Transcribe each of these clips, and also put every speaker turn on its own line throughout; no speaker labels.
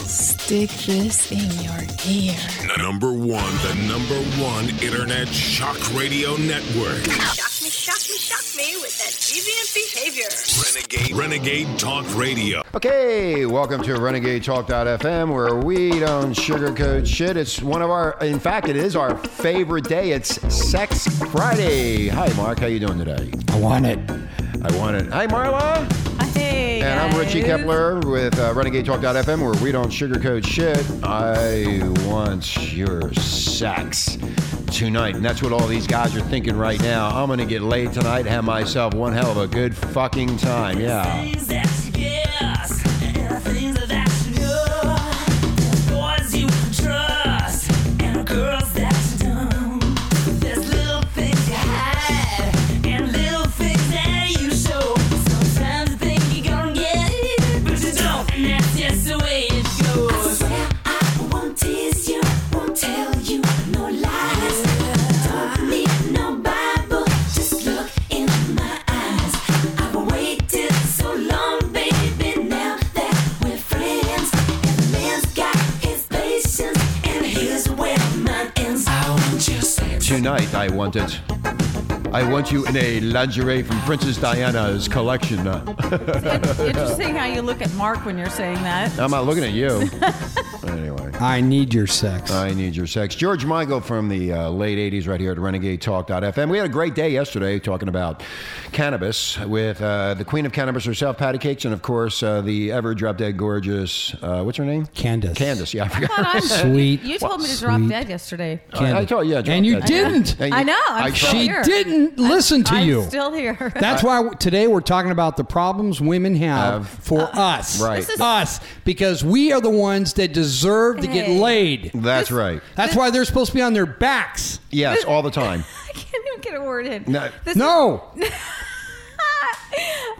Stick this in your ear.
Number one, the number one internet shock radio network.
Shock me, shock me, shock me with that deviant behavior.
Renegade, Renegade Talk Radio.
Okay, welcome to Renegade Talk.fm where we don't sugarcoat shit. It's one of our, in fact, it is our favorite day. It's Sex Friday. Hi, Mark. How you doing today? I want it. I want it. Hi, Marla.
Hey,
And I'm Richie
guys.
Kepler with uh, Renegade Talk.fm, where we don't sugarcoat shit. I want your sex tonight. And that's what all these guys are thinking right now. I'm going to get laid tonight, have myself one hell of a good fucking time. Yeah.
Things that you guess, and things that you know, boys you can trust, and girls that you don't. There's little things you hide, and little things that you show. Sometimes you think you're gonna get it, but you don't, and that's just the way it goes. I won't tease you, won't tell you no lies. Don't need no Bible, just look in my eyes. I've waited so long, baby. Now that we're friends, every man's got his patience, and here's where mine ends. I want your sex.
Tonight, I want it. I want you in a lingerie from Princess Diana's collection. Uh,
It's interesting how you look at Mark when you're saying that.
I'm not looking at you. anyway.
I need your sex.
I need your sex. George Michael from the uh, late 80s, right here at Renegade Talk.fm. We had a great day yesterday talking about cannabis with uh, the queen of cannabis herself, Patty Cakes, and of course, uh, the ever drop dead gorgeous, uh, what's her name?
Candace.
Candace, yeah. I forgot.
Sweet.
You told me to drop
sweet
dead yesterday.
I, I
Candace.
told you, yeah, drop
and you
dead.
didn't.
And you-
I know,
I
I'm sure.
told-
She
Here.
didn't listen to
I'm
you.
Still here.
That's why w- today we're talking about the problems women
Have.
have for
Uh,
us.
Right. This is-
Us. Because we are the ones that deserve to get
Hey.
laid.
That's
This-
right.
That's why they're supposed to be on their backs.
Yes, all the time.
I can't even get a word in.
No.
This
No.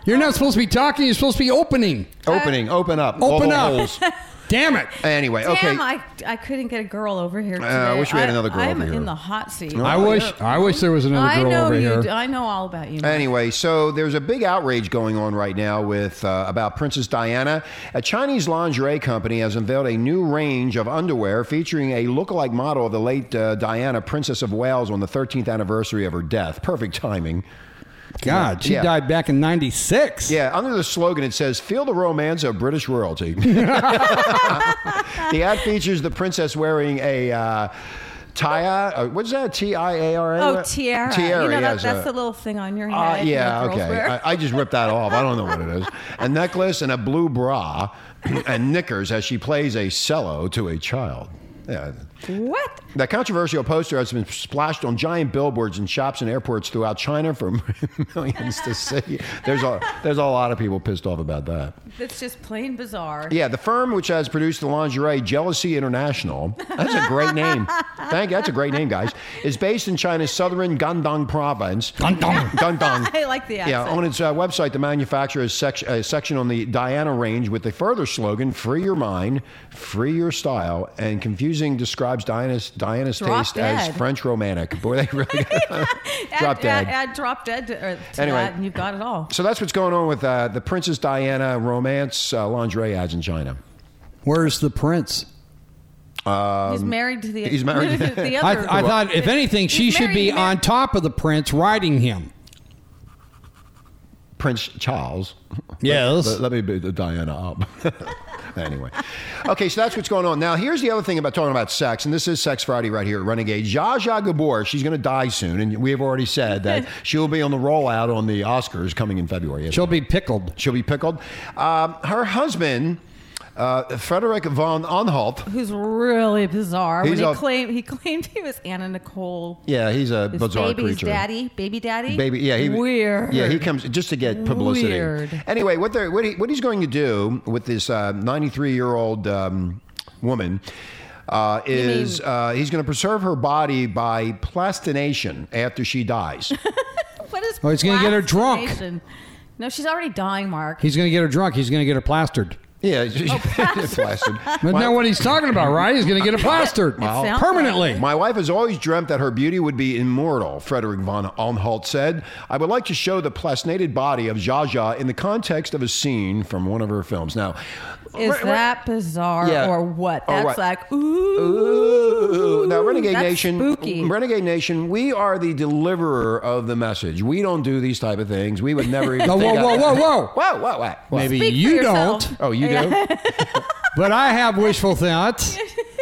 You're not supposed to be talking. You're supposed to be opening.
Uh,
Opening, open up. all
Open
the
up.
holes.
Damn it.
Anyway,
Damn,
okay. Uh,
I, I couldn't get a girl over here today.
I wish we had another girl
I'm
over here.
in the hot seat.
I wish. I wish there was another
I
girl
know
over
you.
here.
d- I know all about you. Mark.
Anyway, so there's a big outrage going on right now with uh, about Princess Diana. A Chinese lingerie company has unveiled a new range of underwear featuring a lookalike model of the late uh, Diana, Princess of Wales, on the 13th anniversary of her death. Perfect timing.
God, she
Yeah.
died back in '96.
Yeah, under the slogan, it says, Feel the romance of British royalty. the ad features the princess wearing a. Uh, Tia, uh, what's that? T I A R A?
Oh, tiara.
Tiara,
you know
yes,
that, that's
uh,
the little thing on your head.
Uh,
that
yeah,
girls
okay.
wear.
I, I just ripped that off. I don't know what it is. A necklace and a blue bra and knickers as she plays a cello to a child. Yeah.
what?
That controversial poster has been splashed on giant billboards in shops and airports throughout China for millions to see. There's a there's a lot of people pissed off about that.
That's just plain bizarre.
Yeah, the firm which has produced the lingerie, Jealousy International, that's a great name. Thank you. That's a great name, guys. Is based in China's southern Guangdong province. Guangdong. Guangdong.
I like the
Yeah,
accent.
on its uh, website, the manufacturer has sec- a section on the Diana range with a further slogan: "Free your mind, free your style." And confusing describes Diana's Diana's
Drop
taste as
dead.
French romantic. Boy, they really.
Add-
Drop
add,
dead.
Add, drop dead to, or to
Anyway.
that, and you've got it all.
so that's what's going on with uh, the Princess Diana romance uh, lingerie ads in China.
Where's the prince?
he's married to the.
Um, he's married-
to the
I,
other.
I thought, if anything, she
He's
should
married,
be
he's married.
on top of the prince, riding him.
Prince Charles.
Yes.
Let, let me beat the Diana up. anyway. Okay, so that's what's going on. Now, here's the other thing about talking about sex, and this is Sex Friday right here at Renegade. Zsa Zsa Gabor, she's going to die soon, and we have already said that she'll be on the rollout on the Oscars coming in February.
She'll be pickled.
She'll be pickled. Um, her husband, uh, Frederick von Anhalt,
who's really bizarre.
He's
when
a-
he claimed he claimed he was Anna Nicole.
yeah, he's a
His
bizarre
baby's
creature.
daddy, baby daddy,
baby. Yeah, he
weird.
Yeah, he comes just to get publicity.
Weird.
Anyway, what they're what, he, what he's going to do with this ninety-three year old um, woman. Uh, is uh, he's going to preserve her body by plastination after she dies?
What is?
Oh, he's gonna get her drunk.
plastination? No, she's already dying, Mark.
He's going to get her drunk. He's going to get her plastered.
Oh,
yeah, plastered.
But now what he's talking about, right? He's going to get her plastered
sounds
permanently.
My wife has always dreamt that her beauty would be immortal, Frederick von Anhalt said. I would like to show the plastinated body of Zsa Zsa in the context of a scene from one of her films. Now,
Is
Re- re-
that bizarre
Yeah.
or what?
Or
That's
what?
like ooh.
Ooh. Now, Renegade
That's
Nation,
Spooky.
Renegade Nation, we are the deliverer of the message. We don't do these type of things. We would never even.
Whoa,
think
whoa,
of-
whoa, whoa, whoa.
whoa, whoa, whoa. whoa.
Maybe
Speak for
you
yourself.
don't,
Oh, you do?
but I have wishful thoughts.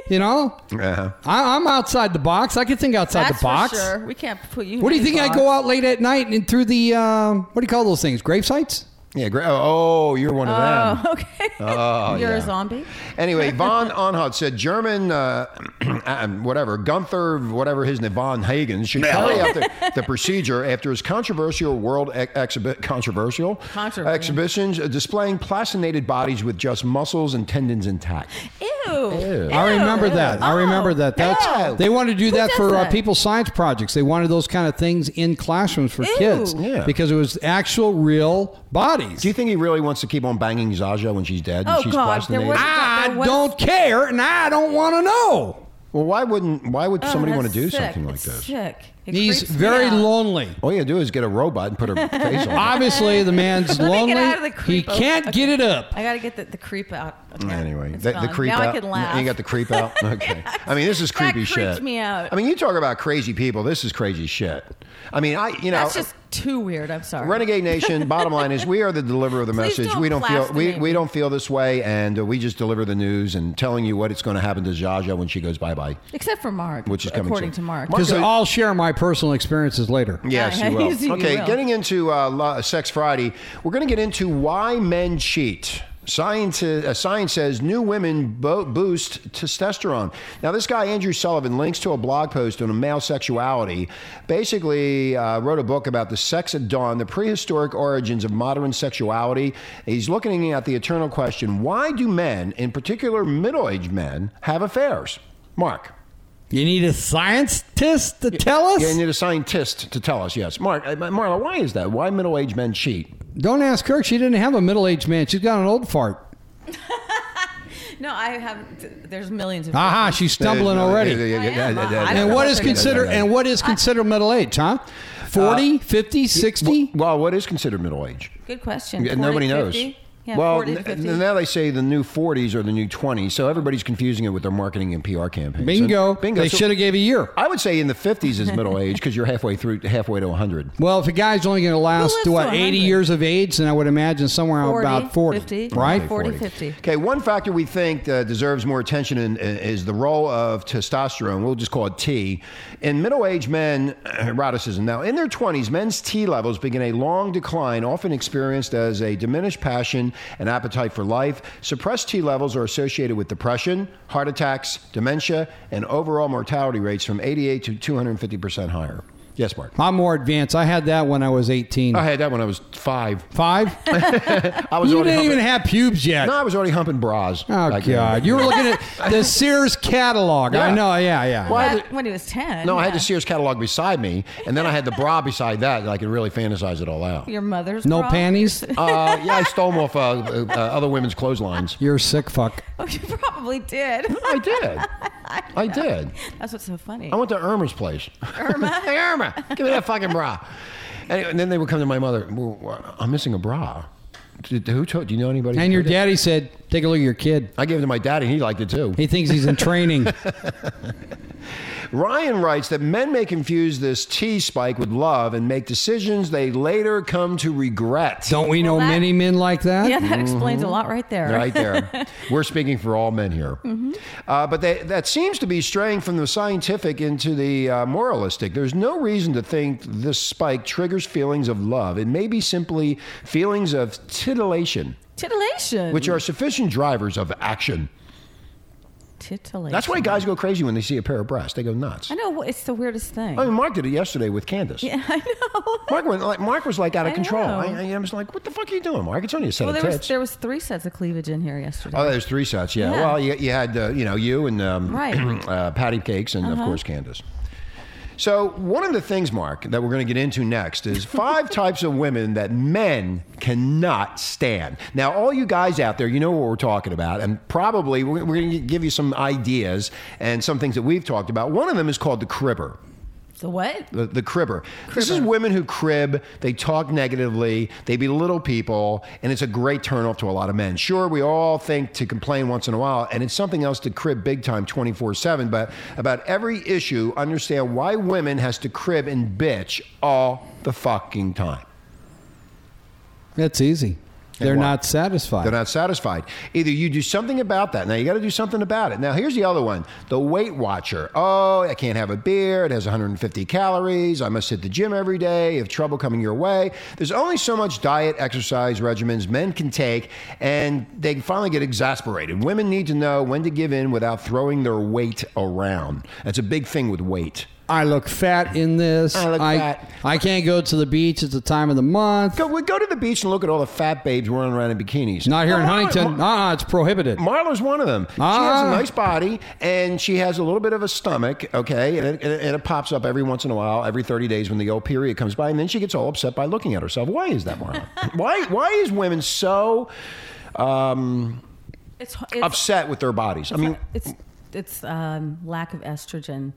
You know,
Uh-huh.
I, I'm outside the box. I can think outside
That's
the box.
For sure. We can't put you. in
What do you
any
think? I
box.
go out late at night and through the um, what do you call those things? Grave sites?
Yeah. Gra- oh, you're one of them.
Oh, okay. You're a zombie.
Anyway, Von Anhalt said German, uh, uh, whatever, Gunther, whatever his name, Von Hagen, should carry out the, the procedure after his controversial world ex- exhibi- controversial
Controver- yeah.
exhibitions uh, displaying placinated bodies with just muscles and tendons intact.
Ew.
I remember
Ew.
that. I remember
Oh,
that. That's
ew.
they wanted to do that
does
for Uh,
that?
people's science projects. They wanted those kind of things in classrooms for
Ew.
kids
Yeah.
because it was actual real bodies.
Do you think he really wants to keep on banging Zaja when she's dead and
Oh,
she's
God, there
plastinated?
was-
I
There was-
don't care, and I don't want to know.
well, why wouldn't? Why would
Oh,
somebody want to
that's
do
sick.
something like
It's
this?
Sick. It
He's
creeps me
very
out.
lonely.
All you do is get a robot and put her face on. it.
Obviously, the man's
Let me
lonely.
get out of the
he
creep.
can't
Okay.
get it up.
I gotta get the, the creep out. Okay.
Anyway,
It's
the, the
gone.
creep
now
out.
I can laugh.
You got the creep out. Okay. I mean, this is
That
creepy
creeped
shit.
me out.
I mean, you talk about crazy people. This is crazy shit. I mean, I you know.
That's just too weird. I'm sorry.
Renegade Nation. Bottom line is, we are the deliverer of the
Please
message.
don't
we don't feel
blast
we,
me.
we don't feel this way, and uh, we just deliver the news and telling you what it's going to happen to Jaja when she goes bye bye.
Except for Mark,
Which is coming
according
soon.
to Mark.
Mark-
Because I'll share my personal experiences later.
Yes,
Yeah,
you will.
yes, you
okay,
will.
getting into uh, lo- Sex Friday, we're going to get into why men cheat. Science, uh, science says new women bo- boost testosterone. Now, this guy, Andrew Sullivan, links to a blog post on male sexuality. Basically, uh, wrote a book about the sex at dawn, the prehistoric origins of modern sexuality. He's looking at the eternal question why do men, in particular middle aged men, have affairs? Mark.
You need a scientist to tell us?
Yeah, I need a scientist to tell us. Yes, Mark, uh, Marla, why is that? Why middle-aged men cheat?
Don't ask her. She didn't have a middle aged man. She's got an old fart.
no, I have. There's millions of.
Ah.
Aha, she's stumbling already. And what is considered and what is considered middle age, huh? 40, 50, 60?
Well, what is considered middle age?
Good question.
Yeah,
40,
Nobody knows.
50? Yeah,
well,
40,
n-
50.
now they say the new 40s or the new 20s, so everybody's confusing it with their marketing and PR campaigns.
Bingo.
And- bingo.
They
So
should have gave a year.
I would say in the 50s is middle age because you're halfway through, halfway to 100.
Well, if a guy's only going to last
lives
to what
to
80
100?
years of age, then I would imagine somewhere
40,
about 40,
50,
right?
40, 50.
Okay, one factor we think uh, deserves more attention in, is the role of testosterone. We'll just call it T. In middle aged men, eroticism. Now, in their 20s, men's T levels begin a long decline, often experienced as a diminished passion and appetite for life. Suppressed T levels are associated with depression, heart attacks, dementia, and overall mortality rates from 88 to 250% higher. Yes, Mark.
I'm more advanced. I had that when I was 18.
I had that when I was five.
Five?
I was
you
already
didn't
humping-
even have pubes yet.
No, I was already humping bras.
Oh,
back then.
God. You were looking at the Sears catalog. I
Yeah.
know. Yeah, yeah.
Why
Back
did-
when he was ten.
No, I
yeah.
had the Sears catalog beside me, and then I had the bra beside that, and I could really fantasize it all out.
Your mother's
No
bra?
panties?
Uh, yeah, I stole them off uh, uh, uh, other women's clotheslines.
You're a sick fuck.
Oh, you probably did.
I did. I did.
That's what's so funny.
I went to Irma's place. Irma? hey, Irma, give me that fucking bra. And, and then they would come to my mother, well, I'm missing a bra. Did, who took Do you know anybody? who
And your
took it?
daddy said, take a look at your kid.
I gave it to my daddy, and he liked it too.
He thinks he's in training.
Ryan writes that men may confuse this T spike with love and make decisions they later come to regret.
Don't we know
Well, that-
many men like that?
yeah, that explains a lot right there.
Mm-hmm.
Mm-hmm.
Right there. We're speaking for all men here. Uh, but that, that seems to be straying from the scientific into the uh, moralistic. There's no reason to think this spike triggers feelings of love. It may be simply feelings of titillation,
Titillation.
which are sufficient drivers of action.
titillation.
That's why guys go crazy when they see a pair of breasts. They go nuts.
I know it's the weirdest thing.
I mean, Mark did it yesterday with Candace.
yeah, I know.
Mark, went, like, Mark was like out of
I
control.
know.
I, I, I was like, "What the fuck are you doing, Mark? It's only a set
Well,
of
there
tits."
was there was three sets of cleavage in here yesterday.
Oh, there's three sets. Yeah.
Yeah.
Well, you, you had uh, you know you and um,
Right.
uh, Patty Cakes and of course Candace. So one of the things, Mark, that we're going to get into next is five types of women that men cannot stand. Now, all you guys out there, you know what we're talking about, and probably we're, we're going to give you some ideas and some things that we've talked about. One of them is called the cribber.
The what?
the, the cribber. This is women who crib. They talk negatively. They belittle people, and it's a great turnoff to a lot of men. Sure, we all think to complain once in a while, and it's something else to crib big time, twenty four seven. But about every issue, understand why women has to crib and bitch all the fucking time.
That's easy. They're
what?
not satisfied.
They're not satisfied. Either you do something about that. Now you got to do something about it. Now here's the other one: the Weight Watcher. Oh, I can't have a beer. It has 150 calories. I must hit the gym every day. You have trouble coming your way. There's only so much diet, exercise regimens men can take, and they finally get exasperated. Women need to know when to give in without throwing their weight around. That's a big thing with weight.
I look fat in this.
I look
I,
fat.
I can't go to the beach at the time of the month.
Go, we go to the beach and look at all the fat babes running around in bikinis.
Not here in
Come on,
Huntington. Ah, it's prohibited.
Marla's one of them. She has a
Ah.
nice body and she has a little bit of a stomach, okay? And it, and it- and it pops up every once in a while, every 30 days when the old period comes by. And then she gets all upset by looking at herself. Why is that, Marla? why, why is women so um,
It's, it's
upset with their bodies? I mean,
It's it's um, lack of estrogen.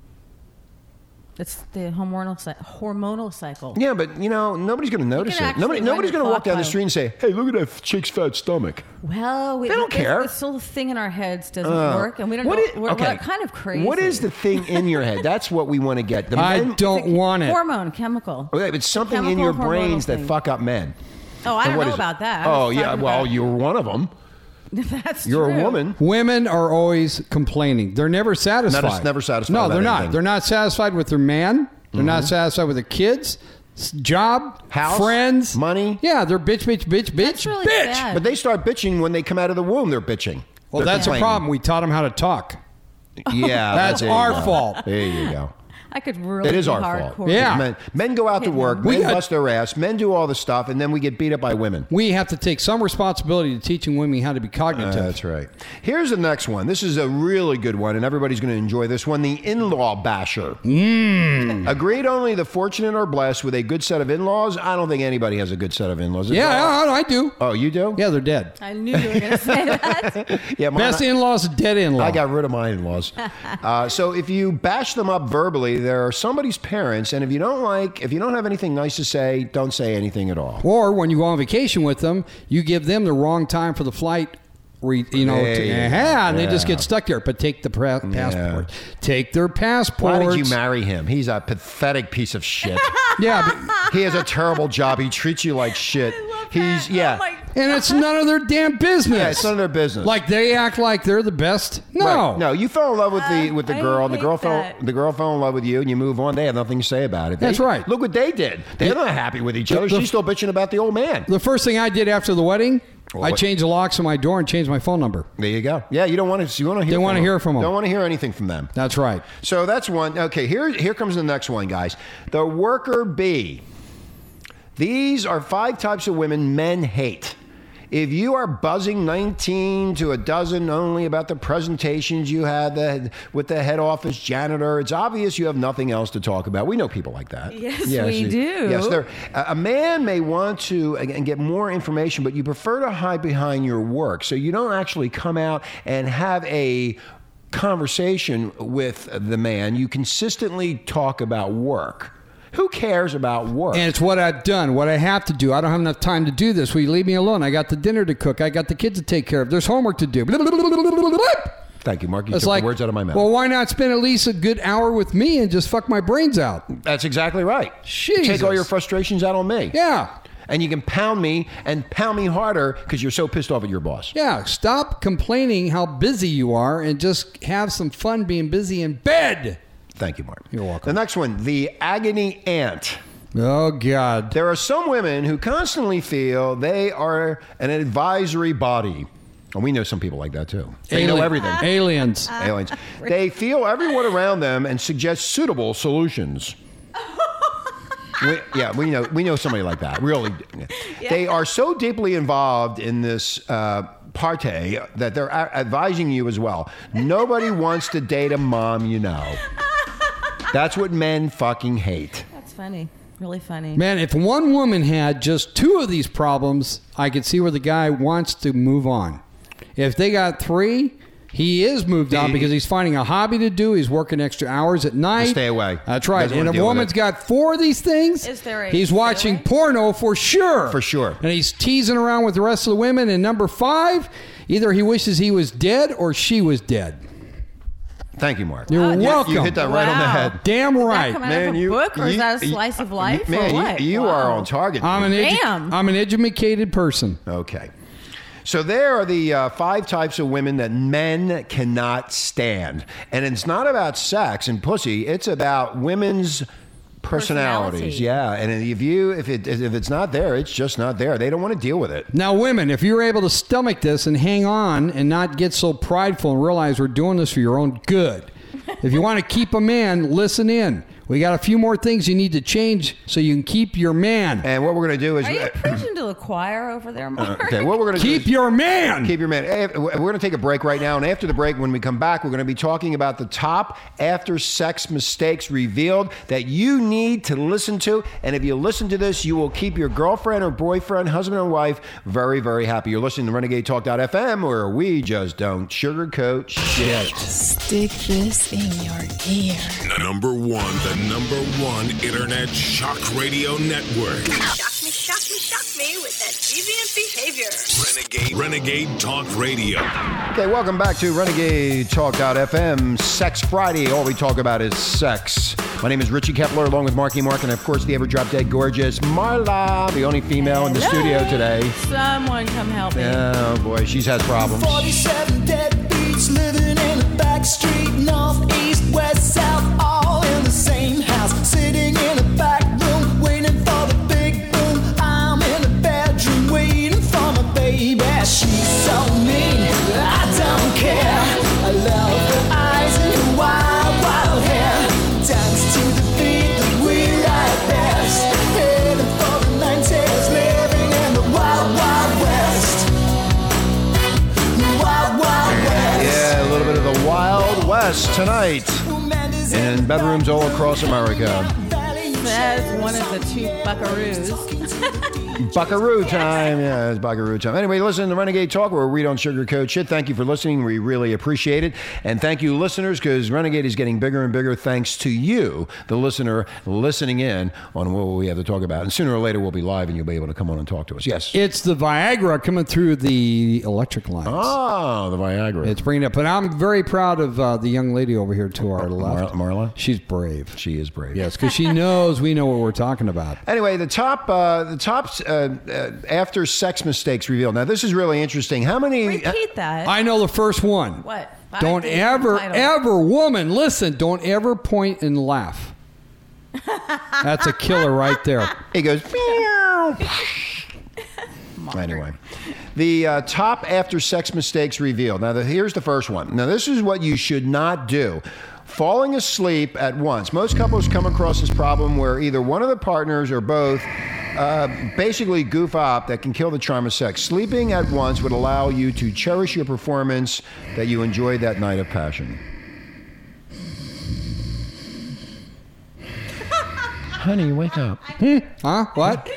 It's the hormonal cy- hormonal cycle.
yeah, but you know, nobody's going to notice it.
actually
Nobody,
run
nobody's
your
going to walk
clock
down the
by.
street and say, hey, look at that chick's fat stomach.
Well, we,
They don't
it's-
care.
It's still a thing in our heads doesn't
Uh,
work, and we don't
what
know.
is-
we're,
okay.
we're kind of crazy.
What is the thing in your head? That's what we want to get. The
I
men-
don't want it.
hormone chemical?
Okay, but something in
Chemical
your
hormonal
brains that
thing.
fuck up men.
Oh, I
And
don't
what
know
is it?
about that. I
Oh
was
yeah,
talking
well
about-
you're one of them.
that's
You're
true.
a woman.
Women are always complaining. They're never satisfied.
Not- never satisfied
No,
about
they're not.
anything. Mm-hmm.
They're not satisfied with their man. They're not satisfied with their kids, s- job,
House,
friends,
money.
Yeah, they're bitch, bitch, bitch, bitch,
That's really
bitch.
sad.
But they start bitching when they come out of the womb. They're bitching.
Well,
They're
that's a problem.
complaining.
We taught them how to talk.
Yeah,
That's
there you
our
go.
fault.
There you go.
I could really.
It is
be
our
hardcore.
fault.
Yeah.
Men, men go out to
Hit
work,
them.
We
men
got-
bust their ass, men do all the stuff, and then we get beat up by women.
We have to take some responsibility to teaching women how to be cognitive.
That's right. Here's the next one. This is a really good one, and everybody's going to enjoy this one. The in-law basher.
Mm.
Agreed. Only the fortunate are blessed with a good set of in-laws. I don't think anybody has a good set of in-laws.
yeah, I, I- I do.
Oh, you do?
Yeah, they're dead.
I knew you were going to say that.
Yeah. mine-
Best in laws, dead in law.
I got rid of my in laws. uh, so if you bash them up verbally, they're somebody's parents, and if you don't like, if you don't have anything nice to say, don't say anything at all.
Or when you go on vacation with them, you give them the wrong time for the flight. Re, you know,
Hey,
to- yeah, and they just
yeah.
get stuck there. But take the pra- passport. Take their passport.
Why did you marry him? He's a pathetic piece of shit.
Yeah, but,
he has a terrible job. He treats you like shit. He's
Oh
yeah.
and it's none of their damn business.
Yeah, it's none of their business.
Like they act like they're the best. No, Uh,
Right. No, you fell in love with the with the
I
girl. The
hate
girl fell
that.
the girl fell in love with you, and you move on. They have nothing to say about it. They-
That's right.
Look what they did. They're not happy with each other.
the-
She's still bitching about the old man.
The first thing I did after the wedding,
Well,
I
what-
changed the locks on my door and changed my phone number.
There you go. Yeah, you don't want to. You want to hear.
They
from
wanna
them.
hear from 'em.
Don't want to hear anything from them.
That's right.
So that's one. Okay, here here comes the next one, guys. The worker bee. These are five types of women men hate. If you are buzzing 19 to a dozen only about the presentations you had the, with the head office janitor, it's obvious you have nothing else to talk about. We know people like that.
Yes, we
you-
do.
Yes, there. A a man may want to again, get more information, but you prefer to hide behind your work, so you don't actually come out and have a conversation with the man. You consistently talk about work. Who cares about work?
And it's what I've done, what I have to do. I don't have enough time to do this. Will you leave me alone? I got the dinner to cook. I got the kids to take care of. There's homework to do.
Thank you, Mark. You
It's
took
like
the words out of my mouth.
Well, why not spend at least a good hour with me and just fuck my brains out?
That's exactly right. Take
Jesus.
all your frustrations out on me.
Yeah,
And you can pound me and pound me harder because you're so pissed off at your boss.
yeah. Stop complaining how busy you are and just have some fun being busy in bed.
Thank you, Mark.
You're welcome.
The next one, the agony ant.
Oh God.
There are some women who constantly feel they are an advisory body. And we know some people like that too. They know
Alien-
everything.
Aliens.
Aliens. They feel everyone around them and suggest suitable solutions. We- yeah, we know we know somebody like that. Really, they are so deeply involved in this uh, party that they're a- advising you as well. Nobody wants to date a mom, you know. That's what men fucking hate.
That's funny. Really funny.
Man, if one woman had just two of these problems, I could see where the guy wants to move on. If they got three, He is moved on because he's finding a hobby to do. He's working extra hours at night.
stay away.
That's right.
Doesn't
And
wanna
if a
deal with
woman's
it.
got four of these things,
Is there a
he's
stay
watching
away?
porno for sure.
For sure.
And he's teasing around with the rest of the women. And number five, either he wishes he was dead or she was dead.
Thank you, Mark.
You're
Oh, that's-
welcome.
You hit that right on the
Wow.
head.
Damn
That
right.
come out of a book, or is that a slice of life, or
Man, you-
what?
you,
Wow.
are on target.
I'm an edu-
Damn.
I'm an educated person.
okay. So there are the uh, five types of women that men cannot stand, and it's not about sex and pussy. It's about women's personalities.
Personality.
Yeah, and if you if it if it's not there, it's just not there. They don't want to deal with it.
Now, women, if you're able to stomach this and hang on and not get so prideful and realize we're doing this for your own good, if you want to keep a man, listen in. We got a few more things you need to change so you can keep your man.
And what we're going to do is
Are you preaching to the choir over there, Mark?
Uh, okay. What we're going to
Keep your man.
Keep your man. Eh, We're going to take a break right now, and after the break, when we come back, we're going to be talking about the top after sex mistakes revealed that you need to listen to. And if you listen to this, you will keep your girlfriend or boyfriend, husband or wife, very, very happy. You're listening to Renegade Talk.fm, where we just don't sugarcoat shit.
Stick this in your ear.
Number one, the number one Internet Shock Radio Network.
Shock me, shock me, shock me with that deviant behavior.
Renegade, Renegade Talk Radio.
Okay, welcome back to Renegade Talk.fm, Sex Friday. All we talk about is sex. My name is Richie Kepler, along with Marky Mark, and of course, the ever drop dead gorgeous Marla, the only female in the studio today.
Someone come help me.
Oh boy, she's has problems.
47 deadbeats living in the back street, north, east, west, south, all in the same house. Sitting in a back room, waiting for the big boom. I'm in the bedroom, waiting for my baby. She's so mean, I don't care. I love her eyes and her wild, wild hair. Dance to the beat that we like best. Heading for the 90s, living in the wild, wild west. Wild, wild west.
Yeah, a little bit of the Wild West tonight.
In bedrooms all across America.
That's one of the two buckaroos.
Buckaroo time. Yeah, it's buckaroo time. Anyway, listen to Renegade Talk where we don't sugarcoat shit. Thank you for listening. We really appreciate it. And thank you, listeners, because Renegade is getting bigger and bigger thanks to you, the listener, listening in on what we have to talk about. And sooner or later, we'll be live and you'll be able to come on and talk to us. Yes.
It's the Viagra coming through the electric lines.
Ah, the Viagra.
It's bringing it up. But I'm very proud of uh, the young lady over here to our left.
Mar- Marla?
She's brave.
she is brave.
Yes, because she knows we know what we're talking about.
Anyway, the top uh, the top uh, uh, after sex mistakes revealed. Now this is really interesting. How many?
Repeat that.
I know the first one.
What? I
Don't
did
ever,
the title.
ever, woman, listen, don't ever point and laugh. That's a killer right there.
It goes. meow. anyway, the uh, top after sex mistakes revealed. Now, the, here's the first one. Now, this is what you should not do. Falling asleep at once. Most couples come across this problem where either one of the partners or both uh, basically goof up that can kill the charm of sex. Sleeping at once would allow you to cherish your performance that you enjoyed that night of passion. Honey, wake up.
Hmm? Huh? What?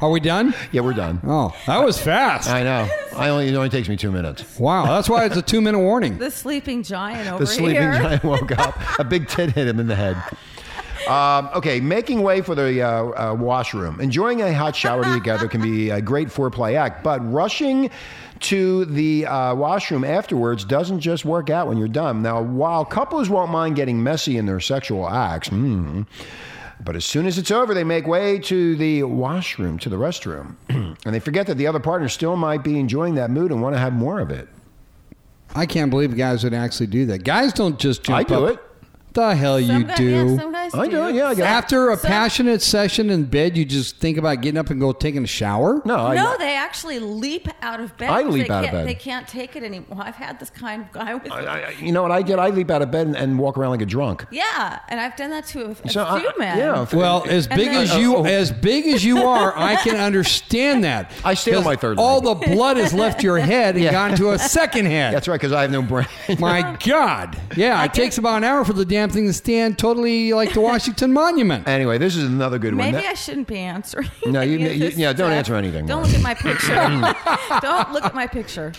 Are we done?
Yeah, we're done.
Oh, that was fast.
I know. I only it only takes me two minutes.
Wow, that's why it's a two minute warning.
the sleeping giant over
The sleeping
here.
giant woke up. A big tit hit him in the head. Um, okay, making way for the uh, uh, washroom. Enjoying a hot shower together can be a great foreplay act, but rushing to the uh, washroom afterwards doesn't just work out when you're done. Now, while couples won't mind getting messy in their sexual acts, mm, but as soon as it's over, they make way to the washroom, to the restroom, and they forget that the other partner still might be enjoying that mood and want to have more of it.
I can't believe guys would actually do that. Guys don't just jump
I do
up.
it.
The hell
Some
you
guys, Yeah, some
do.
guys
I do it. Yeah, I got
After a
So-
passionate session in bed, you just think about getting up and go taking a shower?
No, I,
no, they actually leap out of bed.
I
'cause
leap
they
out of
can't-
bed.
They can't take it anymore. I've had this kind of guy with.
I, I- you know what I did? I leap out of bed and, and walk around like a drunk.
yeah, and I've done that to a, a
So, I-
few men.
yeah, if-
Well, as
And
big
then-
as you
Oh, oh.
as big as you are, I can understand that.
I stay on
'Cause
my third
All the blood has left your head and gone to a second head.
That's right, because I have no brain.
My God. Yeah, it takes about an hour for the damn thing to stand totally like the Washington Monument.
anyway, this is another good
Maybe
one. That-
I shouldn't be answering.
No, you-
any of
you-
this
yeah, don't
stuff.
answer anything,
Don't
Mark.
look at my picture. don't look at my picture.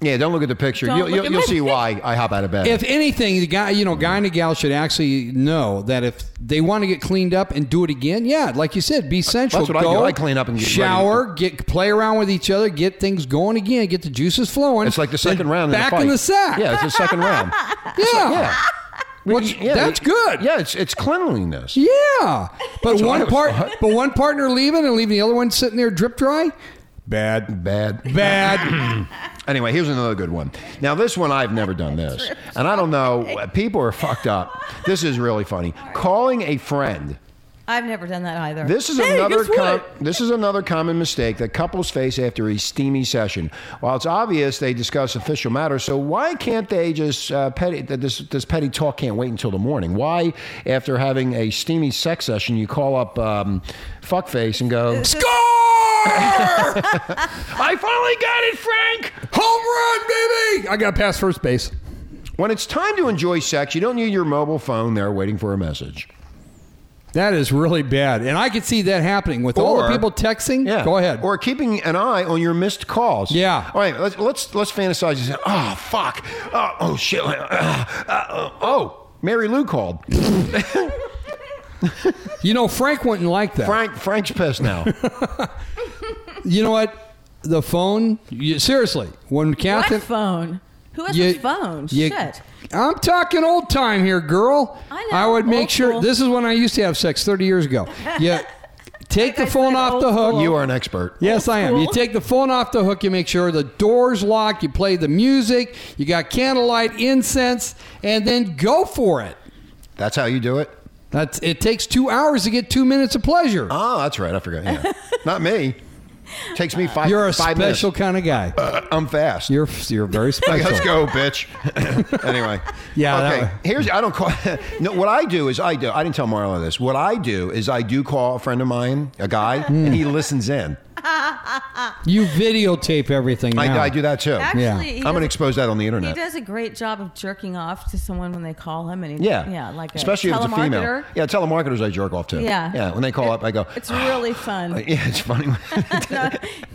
Yeah, don't look at the picture.
Don't
You'll,
look
you'll,
at
you'll
my-
see why I hop out of bed.
If anything, the guy, you know, guy and a gal should actually know that if they want to get cleaned up and do it again, yeah, like you said, be sensual.
That's what I
Go,
do. I clean up and get ready.
shower, get play around with each other, get things going again, get the juices flowing.
it's like the
Then
second round.
Back
in, a
in
fight.
the sack.
Yeah, it's the second round.
yeah.
Yeah.
What's-
Yeah,
that's
we-
good.
Yeah, it's it's cleanliness.
Yeah, but
what I
one
was
part,
taught.
but one partner leaving and leaving the other one sitting there drip dry. Bad,
Bad.
bad.
Anyway, here's another good one. Now, this one I've never done this, and I don't know. People are fucked up. This is really funny. Calling a friend.
I've never done that either.
This is
Hey,
another
guess what?
com- this is another common mistake that couples face after a steamy session. While it's obvious they discuss official matters, so why can't they just uh, petty that this this petty talk can't wait until the morning? Why after having a steamy sex session you call up um, fuckface and
Uh,
go
Score! Home
I finally got it, Frank.
run, baby! I got past first base.
When it's time to enjoy sex, you don't need your mobile phone there waiting for a message.
That is really bad, and I could see that happening with all the
Or-
people texting.
Yeah.
Go ahead.
Or keeping an eye on your missed calls.
Yeah.
All right. Let's let's, let's fantasize. and say, Oh fuck. Oh, oh shit. Uh, uh, oh, Mary Lou called.
you know, Frank wouldn't like that.
Frank Frank's pissed now.
You know what? The phone. You, seriously, when
What
Catherine.
phone? Who has
you-
a phone?
you-
Shit.
I'm talking old time here, girl.
I know,
would make
old
sure.
school.
This is when I used to have sex 30 years ago. Yeah. Take the
I
phone
said,
off
old
the hook.
school.
you are an expert.
Yes, I am. You
school.
take the phone off the hook. You make sure the door's locked. You play the music. You got candlelight, incense, and then go for it.
That's how you do it.
That's. It takes two hours to get two minutes of pleasure.
Oh, that's right. I forgot. Yeah. Not me. Takes me five.
You're a
five
special
Minutes. Uh,
kind of guy.
I'm fast.
You're you're very special.
Let's go, bitch. anyway.
Yeah, that
Okay.
one.
Here's I don't call. no, what I do is I do. I didn't tell Marla this. What I do is I do call a friend of mine, a guy, and
Hmm.
he listens in.
You videotape everything.
I,
now.
I do that too.
Actually,
Yeah.
he
I'm going to
does-
expose that on the
He
internet.
does a great job of jerking off to someone when they call him, and he
Yeah,
yeah, like a
especially if it's a female.
telemarketer.
Yeah, telemarketers I jerk off to.
Yeah.
yeah. When they call up, I go.
It's really fun.
yeah, it's funny.
No,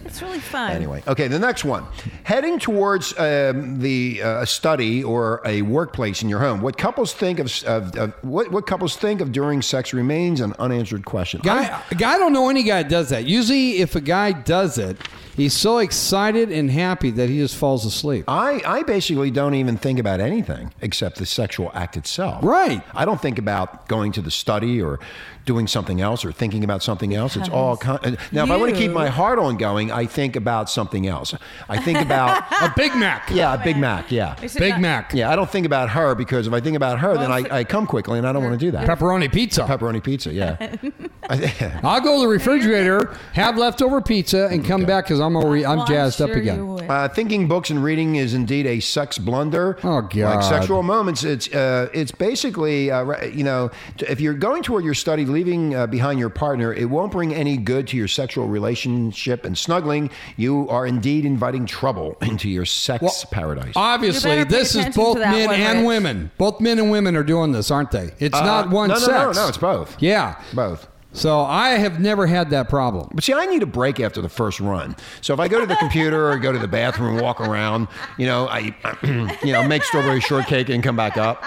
it's really fun.
Anyway, okay, the next one. Heading towards um, the uh, a study or a workplace in your home. What couples think of, of, of what, what couples think of during sex remains an unanswered question.
Guy, guy, I don't know any guy that does that. Usually, if a guy does it, he's so excited and happy that he just falls asleep.
I, I basically don't even think about anything except the sexual act itself.
Right.
I don't think about going to the study or doing something else or thinking about something else. It's all con- now. If I want to keep
You-
my heart on going, I think about something else. I think about
A Big Mac.
yeah, a Big Mac. Yeah,
Big Mac.
yeah. I don't think about her because if I think about her, then I, I come quickly and I don't want to do that.
Pepperoni pizza.
Pepperoni pizza. Yeah. I-
I'll go to the refrigerator, have leftover pizza, and come back because I'm already I'm
Well,
jazzed
sure
up
you
again.
would.
Uh, thinking books and reading is indeed a sex blunder.
Oh, God.
Like sexual moments, it's uh, it's basically uh, re- you know t- if you're going toward your study, leaving uh, behind your partner, it won't bring any good to your sexual relationship and snuggling. You are indeed inviting trouble into your sex paradise.
You
Obviously,
better pay
this is
attention
both
to that
men
one,
and
Rich.
women. Both men and women are doing this, aren't they? It's not one
Uh, no, no,
sex.
no, no, it's both.
Yeah.
Both.
So I have never had that problem.
But see, I need a break after the first run. So if I go to the computer or go to the bathroom and walk around, you know, I, you know, make strawberry shortcake and come back up.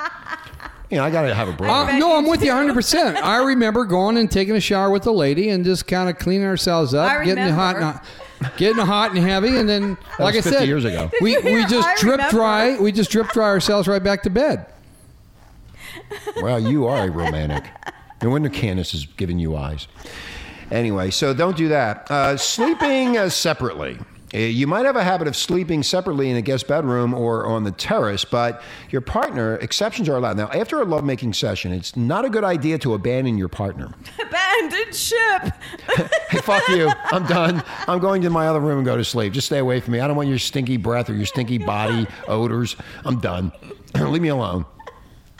You know, I got to have a break.
Uh, no, I'm with you 100. percent I remember going and taking a shower with a lady and just kind of cleaning ourselves up,
I
getting hot, and, uh,
remember.
getting hot and heavy, and then like
was 50
I said,
years ago.
we
Did you
we
hear?
just
I
drip
remember.
dry, we just drip dry ourselves right back to bed.
Well, you are a romantic. No wonder Candace is giving you eyes. Anyway, so don't do that. Uh, sleeping uh, separately. Uh, You might have a habit of sleeping separately in a guest bedroom or on the terrace, but your partner, exceptions are allowed. Now, after a lovemaking session, it's not a good idea to abandon your partner.
Abandoned ship.
Hey, fuck you. I'm done. I'm going to my other room and go to sleep. Just stay away from me. I don't want your stinky breath or your stinky body odors. I'm done. Leave me alone.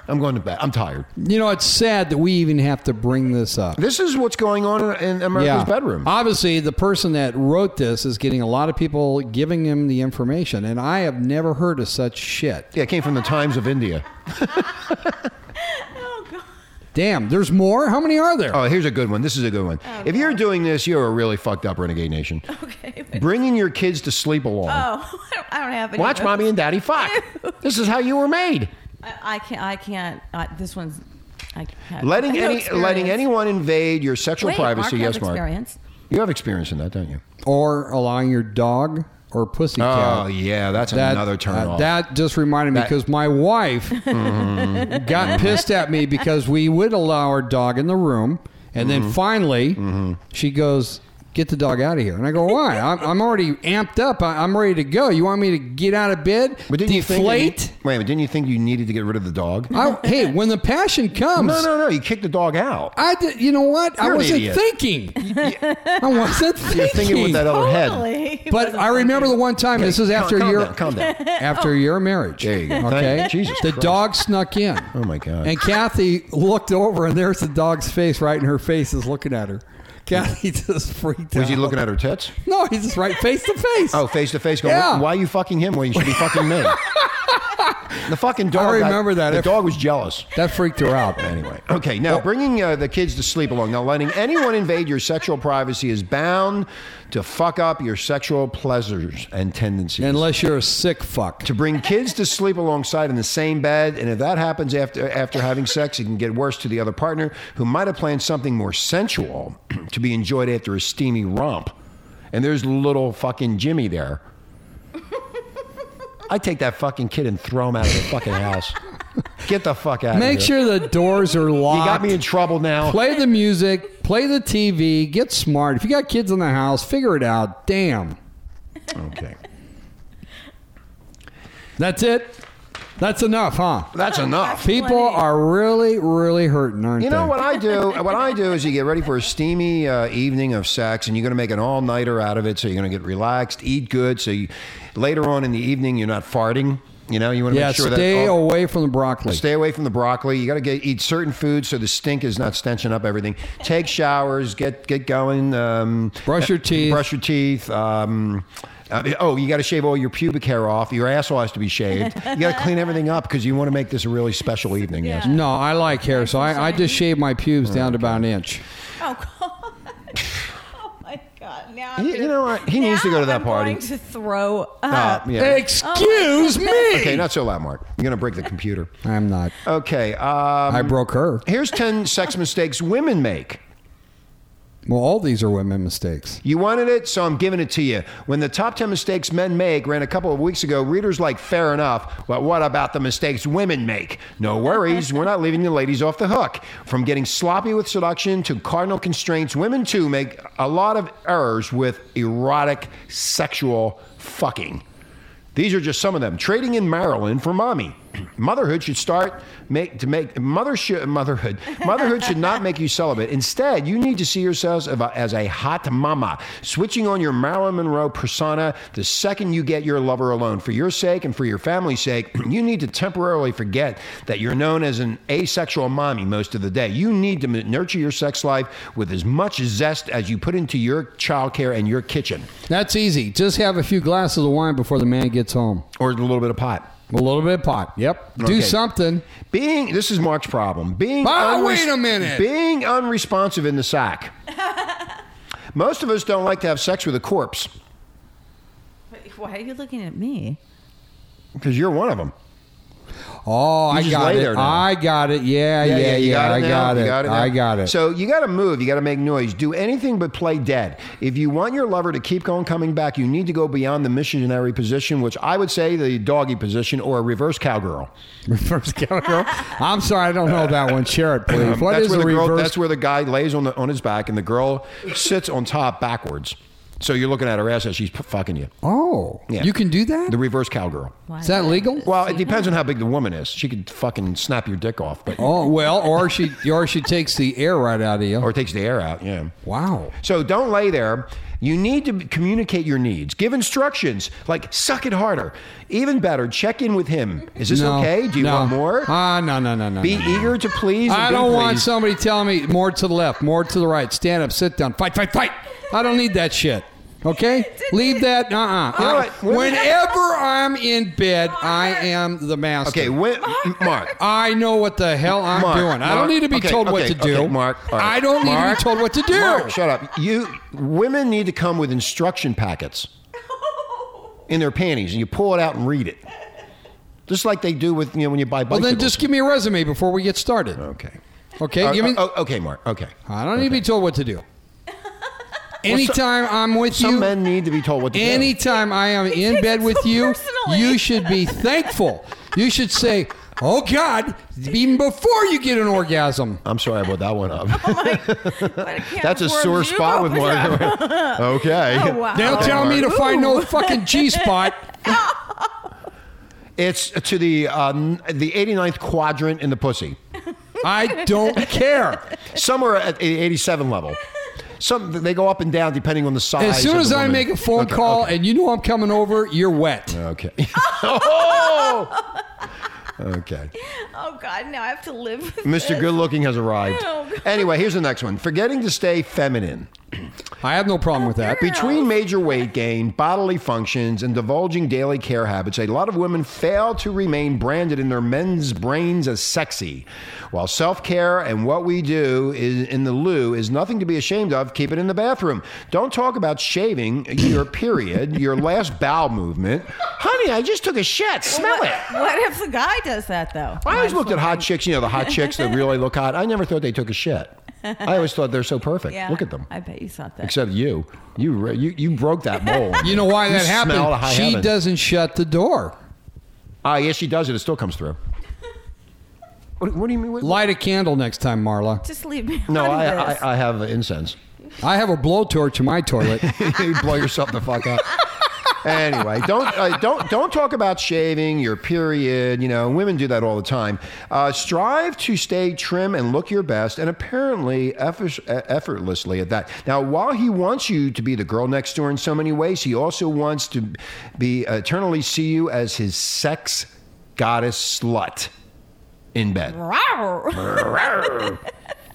I'm going to bed. I'm tired.
You know, it's sad that we even have to bring this up.
This is what's going on in America's bedroom.
Obviously, the person that wrote this is getting a lot of people giving him the information, and I have never heard of such shit.
Yeah, it came from the Times of India.
Oh god.
Damn, there's more? How many are there?
Oh, here's a good one. This is a good one.
Oh,
if you're doing this, you're a really fucked up renegade nation.
Okay.
Bringing your kids to sleep along.
Oh, I don't- I don't have any.
Watch mommy and daddy fuck. this is how you were made.
I, I can't. I can't. I, this one's. I can't.
Letting
No
any
experience.
letting anyone invade your sexual
Wait,
privacy.
Mark has
yes, Mark.
Experience.
You have experience in that, don't you?
Or allowing your dog or pussy
Oh
cat.
yeah, that's
That-
another turn
uh,
off.
That just reminded me
That-
because my wife got pissed at me because we would allow our dog in the room, and
Mm-hmm.
then finally she goes, "Get the dog out of here!" And I go, "Why? I'm, I'm already amped up. I, I'm ready to go. You want me to get out of bed?
but didn't You
deflate?"
think that you- wait a minute. Didn't you think you needed to get rid of the dog?
I, hey, when the passion comes,
no, no, no. You kicked the dog out.
I did, you know what?
You're
I
an
wasn't
idiot.
thinking. I wasn't thinking.
You're thinking with that other head.
Totally.
But I remember the one time. This is
Calm-
after
calm
your
down, calm down.
after your marriage.
There you go. Thank
Okay,
you. Jesus
The
Christ.
dog snuck in.
Oh my God.
And Kathy looked over, and there's the dog's face right in her face, is looking at her. Kathy just freaked out.
Was he looking at her tits?
No, he's just right face to face.
Oh, face to face. Going,
Yeah.
Why are you fucking him when you should be fucking me? the fucking dog.
I remember that.
The
If-
dog was jealous.
that freaked her out.
Anyway, okay. Now, bringing uh, the kids to sleep along. Now, letting anyone invade your sexual privacy is bound to fuck up your sexual pleasures and tendencies.
Unless you're a sick fuck.
to bring kids to sleep alongside in the same bed, and if that happens after after having sex, it can get worse to the other partner who might have planned something more sensual to be enjoyed after a steamy romp. And there's little fucking Jimmy there. I take that fucking kid and throw him out of the fucking house. Get the fuck out.
Make
of here.
sure the doors are
you
locked.
got me in trouble now.
play the music, play the TV, get smart. If you got kids in the house, figure it out. Damn.
Okay,
That's it. That's enough, huh?
that's enough.
People are really, really hurting, aren't
You
they?
know what I do? What I do is you get ready for a steamy uh, evening of sex, and you're going to make an all nighter out of it. So you're going to get relaxed, eat good. So you, later on in the evening, you're not farting. You know, you want to
Yeah,
make sure
stay
that all-
away from the broccoli.
stay away from the broccoli. You got to get eat certain foods so the stink is not stenching up everything. Take showers, get get going. Um,
Brush your teeth.
Brush your teeth. Um, uh, oh, you got to shave all your pubic hair off. Your asshole has to be shaved. You got to clean everything up because you want to make this a really special evening. Yes.
No, I like hair, so I, I just shave my pubes down to about an inch.
Oh God. Oh my God. Now I'm
You-
gonna-
you know what? He needs to
now
go to that
I'm
party.
Going to throw up. Oh
Uh, yeah.
Excuse me.
Oh. Okay, not so loud, Mark. You're gonna break the computer.
I'm not.
Okay. Um,
I broke her.
here's ten sex mistakes women make.
Well, all these are women mistakes.
You wanted it, so I'm giving it to you. When the top ten mistakes men make ran a couple of weeks ago, readers like fair enough, but what about the mistakes women make? No worries, we're not leaving the ladies off the hook. From getting sloppy with seduction to cardinal constraints, women too make a lot of errors with erotic sexual fucking. These are just some of them. Trading in Maryland for mommy. Motherhood should start make to make mother should, motherhood. Motherhood should not make you celibate. Instead, you need to see yourselves of a- as a hot mama, switching on your Marilyn Monroe persona the second you get your lover alone. For your sake and for your family's sake, you need to temporarily forget that you're known as an asexual mommy most of the day. You need to m- nurture your sex life with as much zest as you put into your childcare and your kitchen,
That's easy. Just have a few glasses of wine before the man gets home.
or a little bit of pot.
A little bit of pot. Yep.
Okay.
Do something.
Being this is Mark's problem. Being
Ah,
unres-
wait a minute.
Being unresponsive in the sack. Most of us don't like to have sex with a corpse
Wait, Why are you looking at me?
because you're one of them.
Oh, I
just
got
lay
it.
there now.
I got it. Yeah, yeah, yeah.
you
I
now?
got
You
it.
now?
I got it.
So you got to move. You got to make noise. Do anything but play dead. If you want your lover to keep on coming back, you need to go beyond the missionary position, which I would say the doggy position or a reverse cowgirl.
reverse cowgirl. I'm sorry, I don't know that one. Share it, please. What
Um, that's
is
where
a
the
reverse?
girl, That's where the guy lays on the, on his back and the girl sits on top backwards. So you're looking at her ass as she's p- fucking you.
oh,
Yeah.
you can do that.
The reverse cowgirl.
Is that legal?
Well, it depends on how big the woman is. She could fucking snap your dick off, but
Oh well, or she or she takes the air right out of you.
or takes the air out. Yeah.
wow.
So don't lay there. You need to communicate your needs. Give instructions like suck it harder. Even better, check in with him. Is this
No,
okay? Do you
no.
want more?
Ah, no, no, no, no.
Be
no, no.
eager to please. and
I
be
don't want
pleased.
somebody telling me more to the left, more to the right. Stand up, sit down, fight, fight, fight. I don't need that shit. Okay? Leave that. Uh uh
You know what?
Whenever I'm in bed, I am the master.
Okay, when, Mark.
I know what the hell I'm
Mark,
doing. I
Mark,
don't need to be
okay,
told what
okay,
to do.
okay, Mark, all right.
I don't need to
Mark,
be told what to do.
Mark, shut up. You women need to come with instruction packets in their panties, and you pull it out and read it, just like they do with you know when you buy
well,
bicycles.
then just give me a resume before we get started.
okay.
Okay?
Oh. Uh,
give me.
uh, oh, okay, Mark. Okay.
I don't need to be told what to do. Anytime I'm with
Some
you,
men need to be told what to do.
anytime I am in
takes
bed
it
with
so
you,
personally.
you should be thankful. You should say, "Oh God!" even before you get an orgasm.
I'm sorry I brought that one up.
But it can't
That's a
warm
sore
you
spot with
up.
Mark. okay.
Oh, wow.
They'll
Okay,
tell me to
Mark.
find no fucking G spot.
It's to the um, the 89th quadrant in the pussy.
I don't care.
Somewhere at the 87 level. Some they go up and down depending on the size.
As soon
of
as
the
I
woman.
make a phone
Okay,
call
okay.
and you know I'm coming over, you're wet.
okay. oh! Okay.
Oh God, now I have to live. With
Mr. Good Looking has arrived.
Oh, God.
Anyway, here's the next one. Forgetting to stay feminine.
I have no problem with that.
Between major weight gain, bodily functions, and divulging daily care habits, a lot of women fail to remain branded in their men's brains as sexy. While self care and what we do is in the loo is nothing to be ashamed of, keep it in the bathroom. Don't talk about shaving, your period, your last bowel movement. Honey, I just took a shit. Smell it.
What if the guy does that though?
I always looked at
Mindful.
hot chicks, you know, the hot chicks that really look hot. I never thought they took a shit. I always thought they're so perfect.
Yeah,
Look at them.
I bet you thought that.
Except you, you re- you you broke that mold.
You know why that
smell
happened?
high
She
heaven.
doesn't shut the door.
Ah, yes, she does it. It still comes through. What, what do you mean? What,
Light a candle next time, Marla.
Just leave me.
no,
out of
I,
this.
I I have incense.
I have a blowtorch in my toilet.
you blow yourself the fuck up. Anyway, don't uh, don't don't talk about shaving your period. You know, women do that all the time. Uh, strive to stay trim and look your best, and apparently effort, effortlessly at that. Now, while he wants you to be the girl next door in so many ways, he also wants to be eternally see you as his sex goddess slut in bed.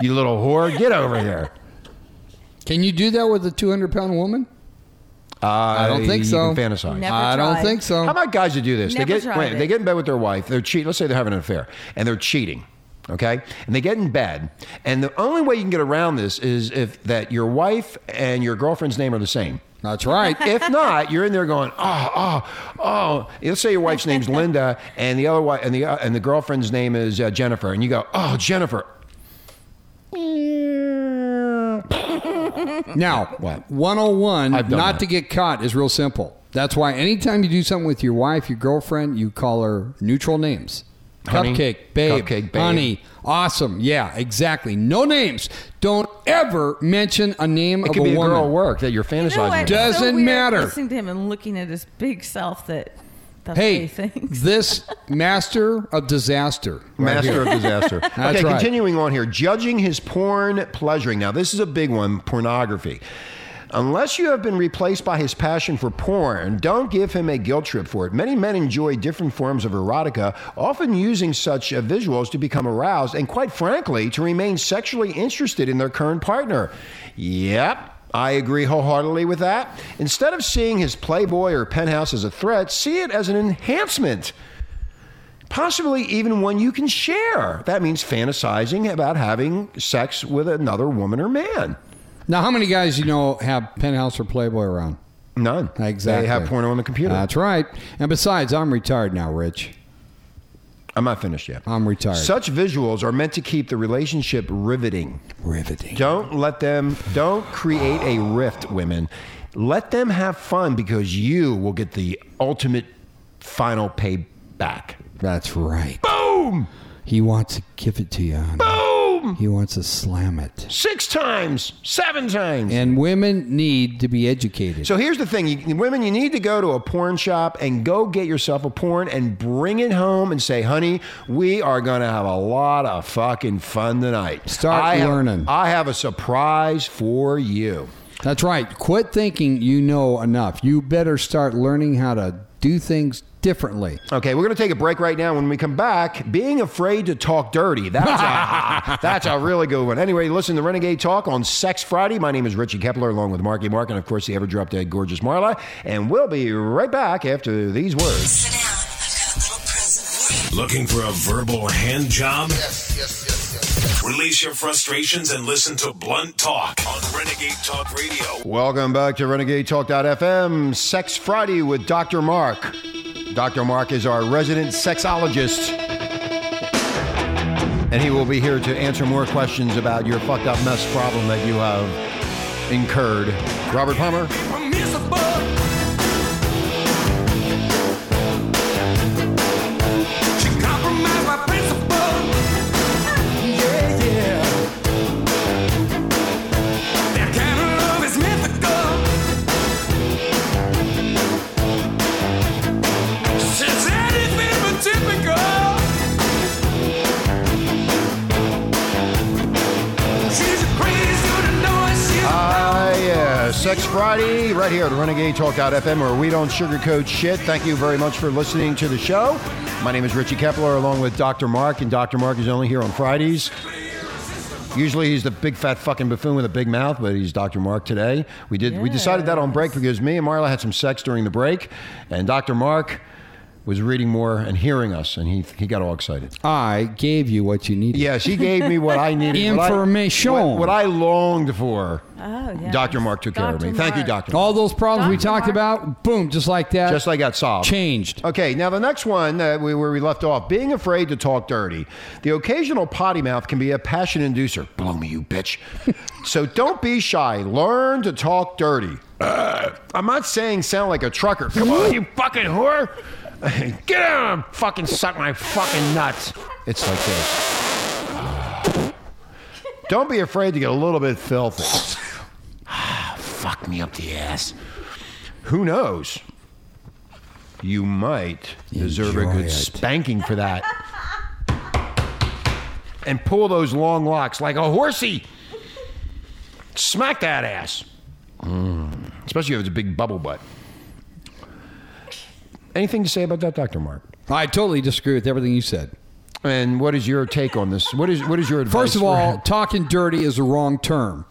you little whore, get over here.
Can you do that with a 200 pound woman? I don't think
you
so.
Can fantasize.
Never
I don't
tried.
think so.
How about guys that do this?
Never
they get
tried
wait,
it.
they get in bed with their wife. They're cheating. Let's say they're having an affair and they're cheating. Okay, and they get in bed, and the only way you can get around this is if that your wife and your girlfriend's name are the same.
That's right.
If not, you're in there going, oh, oh, oh. Let's say your wife's name's Linda, and the other wife, and the uh, and the girlfriend's name is uh, Jennifer, and you go, oh, Jennifer.
Now,
What?
101, not
I've done that.
to get caught, is real simple. That's why anytime you do something with your wife, your girlfriend, you call her neutral names.
Honey.
cupcake, babe,
Cupcake, babe.
honey, awesome, yeah, exactly. No names. Don't ever mention a name
It
of
could
a
be a
woman.
girl at work that you're
You know what?
fantasizing.
It's
about.
Doesn't
so weird
matter.
Listening to him and looking at his big self that. That's what
Hey,
he thinks.
this master of disaster. right
Master
here.
of disaster. okay,
right.
continuing on here, judging his porn pleasuring. Now, this is a big one pornography. Unless you have been replaced by his passion for porn, don't give him a guilt trip for it. Many men enjoy different forms of erotica, often using such uh, visuals to become aroused and, quite frankly, to remain sexually interested in their current partner. Yep. I agree wholeheartedly with that. Instead of seeing his Playboy or penthouse as a threat, see it as an enhancement possibly even one you can share. That means fantasizing about having sex with another woman or man.
Now, how many guys you know have Penthouse or Playboy around?
None.
Exactly.
They have porno on the computer.
That's right. And besides, I'm retired now, Rich.
I'm not finished yet.
I'm retired.
Such visuals are meant to keep the relationship riveting.
Riveting.
Don't let them, don't create a rift, women. Let them have fun because you will get the ultimate final payback.
That's right. Boom! He wants to give it to you. honey.
Boom!
He wants to slam it.
Six times, seven times.
And women need to be educated.
So here's the thing, you, women, you need to go to a porn shop and go get yourself a porn and bring it home and say, "Honey, we are going to have a lot of fucking fun tonight."
Start
I have-
learning.
I have a surprise for you.
That's right. Quit thinking you know enough. You better start learning how to do things differently.
Okay, we're going to take a break right now. When we come back, being afraid to talk dirty. That's a, that's a really good one. Anyway, listen to Renegade Talk on Sex Friday. My name is Richie Kepler, along with Marky Mark, and of course, the ever drop dead gorgeous Marla. And we'll be right back after these words.
Looking for a verbal hand job? Yes, yes, yes, yes. Release your frustrations and listen to Blunt Talk on Renegade Talk Radio.
Welcome back to Renegade Talk.fm, Sex Friday with Dr. Mark. Dr. Mark is our resident sexologist. And he will be here to answer more questions about your fucked up mess problem that you have incurred. Robert Palmer,
I'm miserable. She compromised my principles. Yeah, yeah. That kind of love is mythical. She's anything but typical. She's a crazy to know it. She's a
Ah, yeah. Sex Friday, right here at Renegade Talk.fm, where we don't sugarcoat shit. Thank you very much for listening to the show. My name is Richie Kepler, along with Dr. Mark, and Dr. Mark is only here on Fridays. Usually he's the big fat fucking buffoon with a big mouth, but he's Dr. Mark today. We did we decided that on break because me and Marla had some sex during the break, and Dr. Mark was reading more and hearing us, and he he got all excited.
I gave you what you needed.
Yes, he gave me what I needed, what I-
Information.
what I, what, I longed for.
Oh, yeah.
Dr. Mark took care of
Dr.
me. Thank you,
Mark.
Doctor.
All those problems we
Dr.
talked
Mark.
about, boom, just like that.
just like got solved.
changed.
Okay, now the next one uh, we, where we left off, being afraid to talk dirty. The occasional potty mouth can be a passion inducer. Blow me, you bitch. so don't be shy. Learn to talk dirty. Uh, I'm not saying sound like a trucker. Come on, you fucking whore. Get out and fucking suck my fucking nuts. It's like this. Don't be afraid to get a little bit filthy. Fuck me up the ass. Who knows? you might deserve a
Enjoy
good
it.
spanking for that. and pull those long locks like a horsey. Smack that ass. Mm. Especially if it's a big bubble butt. Anything to say about that, Dr. Mark?
I totally disagree with everything you said.
And what is your take on this? What is what is your advice?
First of
for
all,
him?
talking dirty is the wrong term.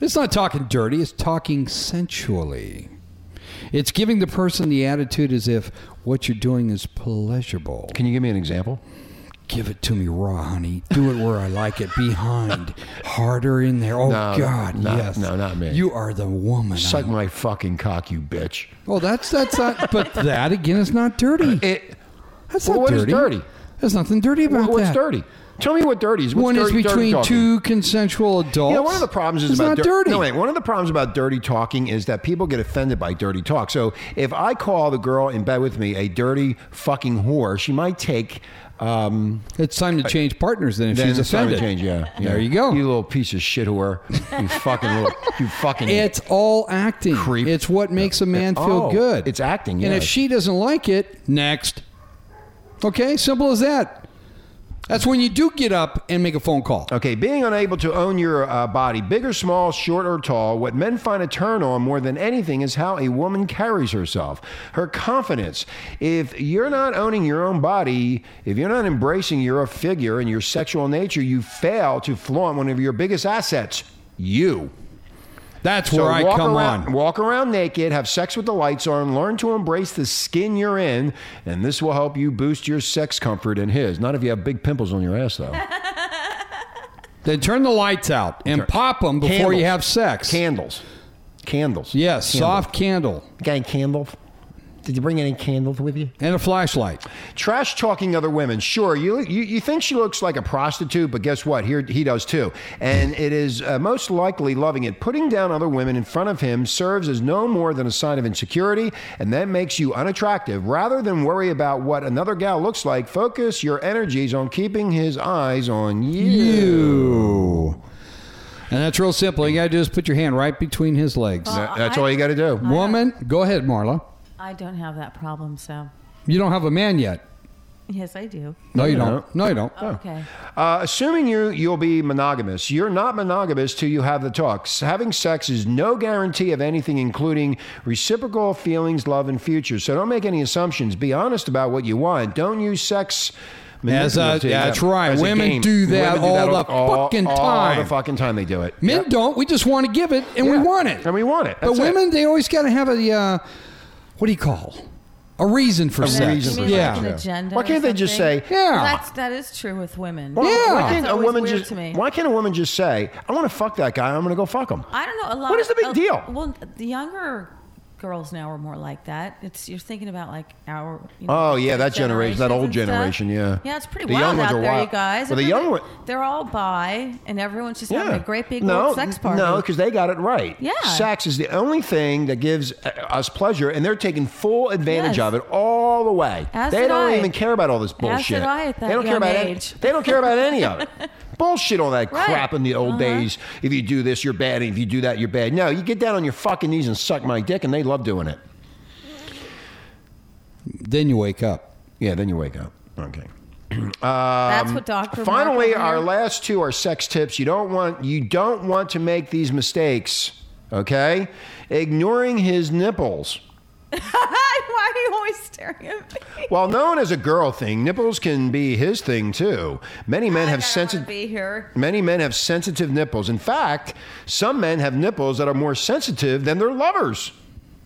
It's not talking dirty, it's talking sensually. It's giving the person the attitude as if what you're doing is pleasurable.
can you give me an example?
Give it to me raw, honey. Do it where I like it. Behind. Harder in there. Oh,
No,
God.
no,
yes.
no, not me.
You are the woman.
Suck
I-
my fucking cock, you bitch.
Well, that's that's not. But that again is not dirty.
It,
That's
Well,
not
what is
dirty.
dirty?
There's nothing dirty about
what's
that.
dirty? Tell me what dirty is. What's
one
dirty, dirty
is between
talking?
two consensual adults.
Yeah, one of the problems is
it's
about dir-
not dirty.
No, wait. One of the problems about dirty talking is that people get offended by dirty talk. So if I call the girl in bed with me a dirty fucking whore, she might take. Um,
It's time to change partners then if
then
she's
it's time to
offended.
Change, yeah, yeah.
There you go.
You little piece of shit whore. You fucking little. You fucking.
it's all acting.
Creep.
It's what makes a man feel
Oh,
good.
it's acting,
And
yes.
if she doesn't like it, next. Okay, simple as that. That's when you do get up and make a phone call.
Okay, being unable to own your uh, body, big or small, short or tall, what men find a turn on more than anything is how a woman carries herself, her confidence. If you're not owning your own body, if you're not embracing your figure and your sexual nature, you fail to flaunt one of your biggest assets, you.
That's where I
walk
come
around,
on.
Walk around naked, have sex with the lights on, learn to embrace the skin you're in, and this will help you boost your sex comfort and his. Not if you have big pimples on your ass, though.
Then turn the lights out and pop 'em pop them before
Candles.
you have sex.
Candles. Candles.
yes,
Candles.
soft candle
Got any candles? Did you bring any candles with you?
and a flashlight.
Trash talking other women. Sure, you, you, you think she looks like a prostitute, but guess what? Here he does too. And it is uh, most likely loving it. Putting down other women in front of him serves as no more than a sign of insecurity, and that makes you unattractive. Rather than worry about what another gal looks like, focus your energies on keeping his eyes on you.
And that's real simple. All You got to do is put your hand right between his legs.
That- that's all you got to do.
Woman, go ahead, Marla.
I don't have that problem, so
You don't have a man yet.
Yes, I do.
No, you
No, you
don't. No, you don't.
Okay.
Uh, assuming you you'll be monogamous, you're not monogamous till you have the talks. Having sex is no guarantee of anything, including reciprocal feelings, love, and future. So don't make any assumptions. Be honest about what you want. Don't use sex.
As a-
manipulative
that's right.
as a
Women
game.
do that all the fucking
All
time.
the fucking time they do it.
Men
Yeah.
don't. We just want to give it, and we
Yeah.
want it,
And we want it.
But
That's it.
women, they always got to have a uh, what do you call a reason for sex?
reason for
You
sex,
mean
yeah.
like an agenda
Why
or
can't they just
something?
say,
Yeah.
That's, that is true with women.
Why-
Yeah.
Why can't
That's
a
always
woman
weird
just?
to me.
Why can't a woman just say, "I want to fuck that guy. I'm going to go fuck him."
I don't know. A lot.
What is the big
a-
deal?
Well, the younger girls now are more like that. It's you're thinking about like our. You
Oh, yeah, that generation- that
generations
old
and stuff.
generation, yeah.
Yeah, it's pretty
The
wild
young ones
out
are
there,
wild.
you guys.
Well, the young
Everybody-
one-
They're all bi, and everyone's just having a great big
no,
old sex party.
No, because they got it right.
Yeah.
Sex is the only thing that gives uh, us pleasure, and they're taking full advantage
Yes.
of it all the way.
As
they
did
don't
I.
even care about all this
did
bullshit.
I at
they
that
don't care
young
about
age.
Any, they don't care about any of it. Bullshit, all that
Right. Uh-huh.
crap in the old days. If you do this, you're bad, and if you do that, you're bad. No, you get down on your fucking knees and suck my dick, and they love doing it.
Then you wake up.
Yeah, then you wake up. Okay.
That's what Doctor.
um, Finally, our last two are sex tips. You don't want you don't want to make these mistakes. Okay, ignoring his nipples.
Why are you always staring at me?
While known as a girl thing, nipples can be his thing too. Many men have sensitive.
Be here.
Many men have sensitive nipples. In fact, some men have nipples that are more sensitive than their lovers.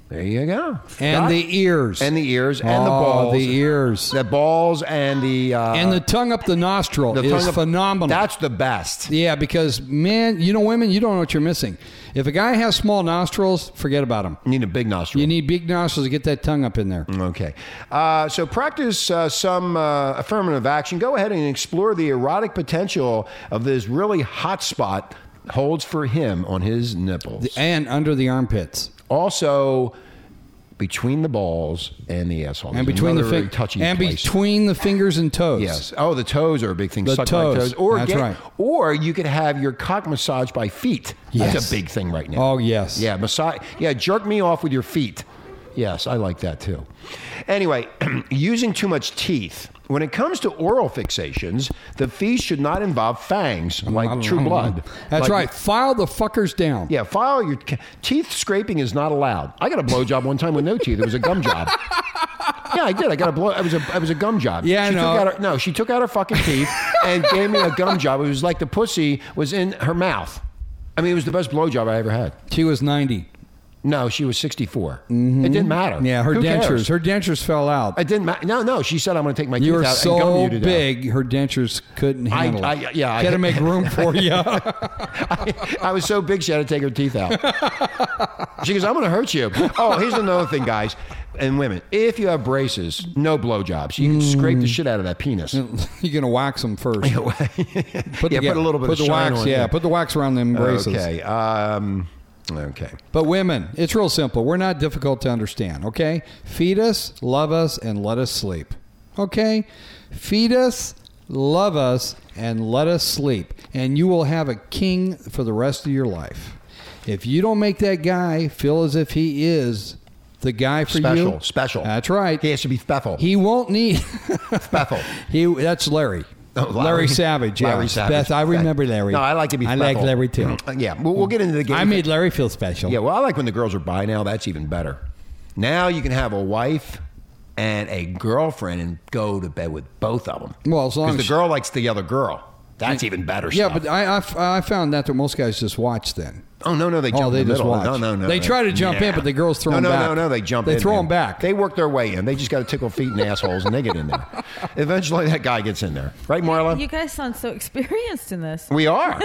There you go.
And
Doc?
the ears.
and the ears and the
Oh,
balls.
the ears.
The balls and the uh,
and the tongue up the nostril
the
is
tongue of-
phenomenal.
That's the best.
yeah, because man, you know, women, you don't know what you're missing. If a guy has small nostrils, forget about him.
You need a big nostril.
You need big nostrils to get that tongue up in there.
Okay. Uh, so practice uh, some uh, affirmative action. Go ahead and explore the erotic potential of this really hot spot holds for him on his nipples.
And under the armpits,
also, between the balls and the asshole.
and
There's
between the
another
fin-
really touchy
and
place.
between the fingers and toes.
Yes. Oh, the toes are a big thing.
The
Suck my
toes.
toes. Or
That's
get-
right.
Or you could have your cock massaged by feet. That's
Yes.
a big thing right now.
Oh, yes.
Yeah, massage. Yeah, jerk me off with your feet. Yes, I like that too. Anyway, using too much teeth. When it comes to oral fixations, the feast should not involve fangs like True Blood.
Mm-hmm. That's
Like-
right. File the fuckers down.
Yeah, file your teeth scraping is not allowed. I got a blowjob one time with no teeth. It was a gum job. Yeah, I did. I got a blow. It was a it was a gum job.
Yeah, I
she
know.
Took out her, no, she took out her fucking teeth and gave me a gum job. It was like the pussy was in her mouth. I mean, it was the best blowjob I ever had.
She was 90.
No, she was 64. It didn't matter.
Mm-hmm. Yeah, her
Who
dentures.
cares?
Her dentures fell out.
It didn't matter. No, no. She said, "I'm going to take my teeth
you were
out and gum
so
you to death."
big, her dentures couldn't
I-
handle it.
I- yeah, I-
Gotta make room for you.
I was so big she had to take her teeth out. she goes, I'm going to hurt you. Oh, here's another thing, guys and women. If you have braces, no blowjobs. You can scrape the shit out of that penis.
You're gonna wax them first.
put,
the-
yeah, put a little bit
put
of
the
shine
wax.
on it.
yeah, put the wax around them braces.
Okay. Um, okay.
But women, it's real simple. We're not difficult to understand. Okay, feed us, love us, and let us sleep. Okay, feed us, love us, and let us sleep, and you will have a king for the rest of your life. If you don't make that guy feel as if he is the guy for
Special.
you,
Special.
That's right.
He has to be Bethel.
He won't need.
Bethel.
He that's Larry.
Oh,
Larry. Savage. Yeah.
Larry Savage.
Beth, I remember Larry.
No, I like to be
I like
Bethel.
Larry too.
Yeah, we'll, we'll get into the game.
I made Larry feel special.
Yeah, well, I like when the girls are by now. That's even better. Now you can have a wife and a girlfriend and go to bed with both of them.
Well, as long as
the
she-
girl likes the other girl. That's even better.
Yeah,
stuff.
but I, I, I found that that most guys just watch then.
oh no, no, they jump.
oh, they
in the
just
middle.
watch.
No, no, no.
They try to jump in, but the girls throw
no,
'em
no,
back.
No, no, they jump
They
in.
throw
man.
'em back.
They work their way in. They just got to tickle feet and assholes, and they get in there. Eventually, that guy gets in there, right, Marla?
You guys sound so experienced in this.
we are.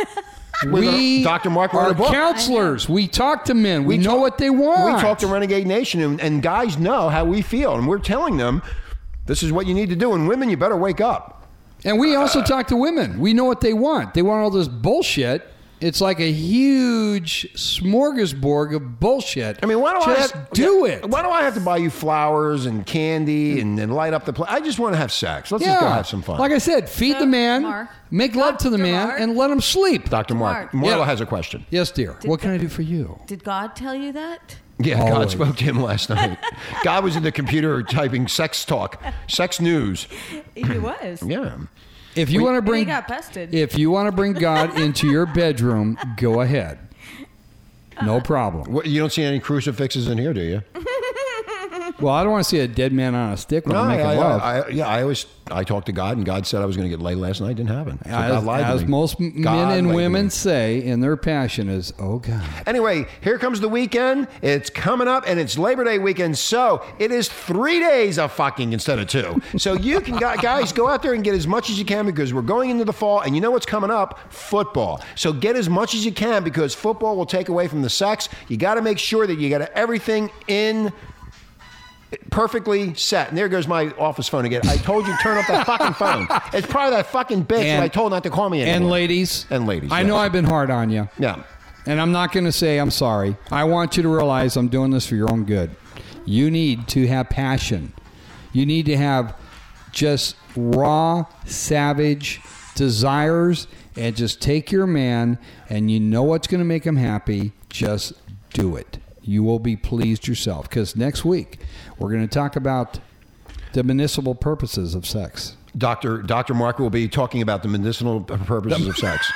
We,
wrote- Dr. uh, Mark wrote
are
a book.
counselors. We talk to men. We, know
talk-
what they want.
We talk to Renegade Nation, and, and guys know how we feel, and we're telling them this is what you need to do. And women, you better wake up.
and we also talk to women. We know what they want. They want all this bullshit. It's like a huge smorgasbord of bullshit.
I mean, why do I
just
have-
do
yeah,
it?
Why do I have to buy you flowers and candy and, and light up the place? I just want to have sex. Let's just go have some fun.
Like I said, feed
So,
the man,
Mark.
make love to the
Dr.
man,
Mark.
and let him sleep.
Dr. Mark,
Mark.
Marla
Yeah.
has a question.
Yes, dear. what can I do for you?
Did God tell you that?
Yeah, God
Always.
spoke to him last night. God was in the computer typing sex talk, sex news.
He was.
Yeah.
If you want to bring
got busted.
if you want to bring God into your bedroom, go ahead. No problem.
What, you don't see any crucifixes in here, do you?
Well, I don't want to see a dead man on a stick when I'm
I,
making
I,
love.
I- yeah, I always I talked to God, and God said I was going to get laid last night. Didn't happen. So God
as
lied to
as
me.
most m-
God
men
lied
and
to
women
me.
say in their passion is, oh God.
Anyway, here comes the weekend. It's coming up, and it's Labor Day weekend, so it is three days of fucking instead of two. So you can gu- guys go out there and get as much as you can because we're going into the fall, and you know what's coming up? Football. So get as much as you can because football will take away from the sex. You got to make sure that you got everything in perfectly set. And there goes my office phone again. I told you turn off that fucking phone. It's probably that fucking bitch that
And-
I told not to call me anymore.
And ladies.
And ladies,
I
yes.
know I've been hard on you.
Yeah.
And I'm not going to say I'm sorry. I want you to realize I'm doing this for your own good. You need to have passion. You need to have just raw, savage desires and just take your man and you know what's going to make him happy. Just do it. You will be pleased yourself because next week we're going to talk about the municipal purposes of sex.
Doctor Doctor Mark will be talking about the medicinal purposes of sex.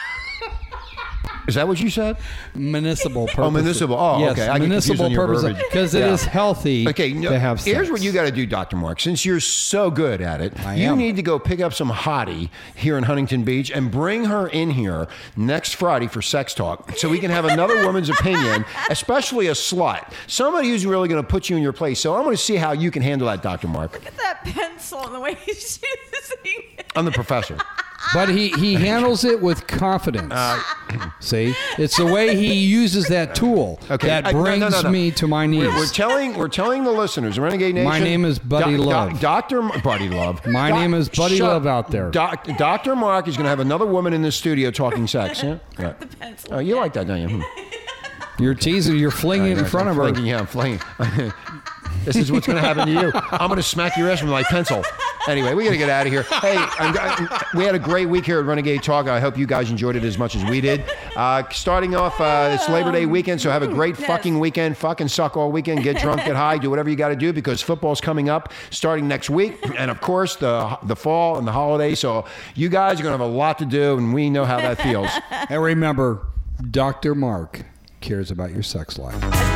Is that what you said?
Municipal purposes.
Oh, municipal. Oh,
yes,
okay. I get confused
municipal
on your
purposes
verbiage.
because it is
Yeah.
healthy
Okay, no,
to have sex.
here's what you got to do, Doctor Mark. Since you're so good at it,
I
you
am.
need to go pick up some hottie here in Huntington Beach and bring her in here next Friday for sex talk, so we can have another woman's opinion, especially a slut, somebody who's really going to put you in your place. So I'm going to see how you can handle that, Doctor Mark.
Look at that pencil and the way he's using it.
I'm the professor.
But he, he handles it with confidence.
Uh,
See, it's the way he uses that tool
I-
that
no, no,
brings
no, no.
me to my knees.
We're, we're telling we're telling the listeners, Renegade Nation.
My name is Buddy Love.
Doctor Buddy Love.
My name is Buddy
shut-
Love out there.
Doc, Doctor Mark is going to have another woman in the studio talking sex. Yeah. Right. Oh, you like that, don't you? Hmm.
You're teasing. You're flinging it in
Nice.
front
I'm
of her.
flinging, Yeah, I'm flinging. this is what's going to happen to you. I'm going to smack your ass with my pencil. Anyway, we got to get out of here. Hey, I'm, we had a great week here at Renegade Talk. I hope you guys enjoyed it as much as we did. Uh, starting off, uh, it's Labor Day weekend, so have a great fucking weekend. Fucking suck all weekend. Get drunk, get high, do whatever you got to do because football's coming up starting next week, and of course the the fall and the holiday. So you guys are going to have a lot to do, and we know how that feels.
And remember, Dr. Mark cares about your sex life.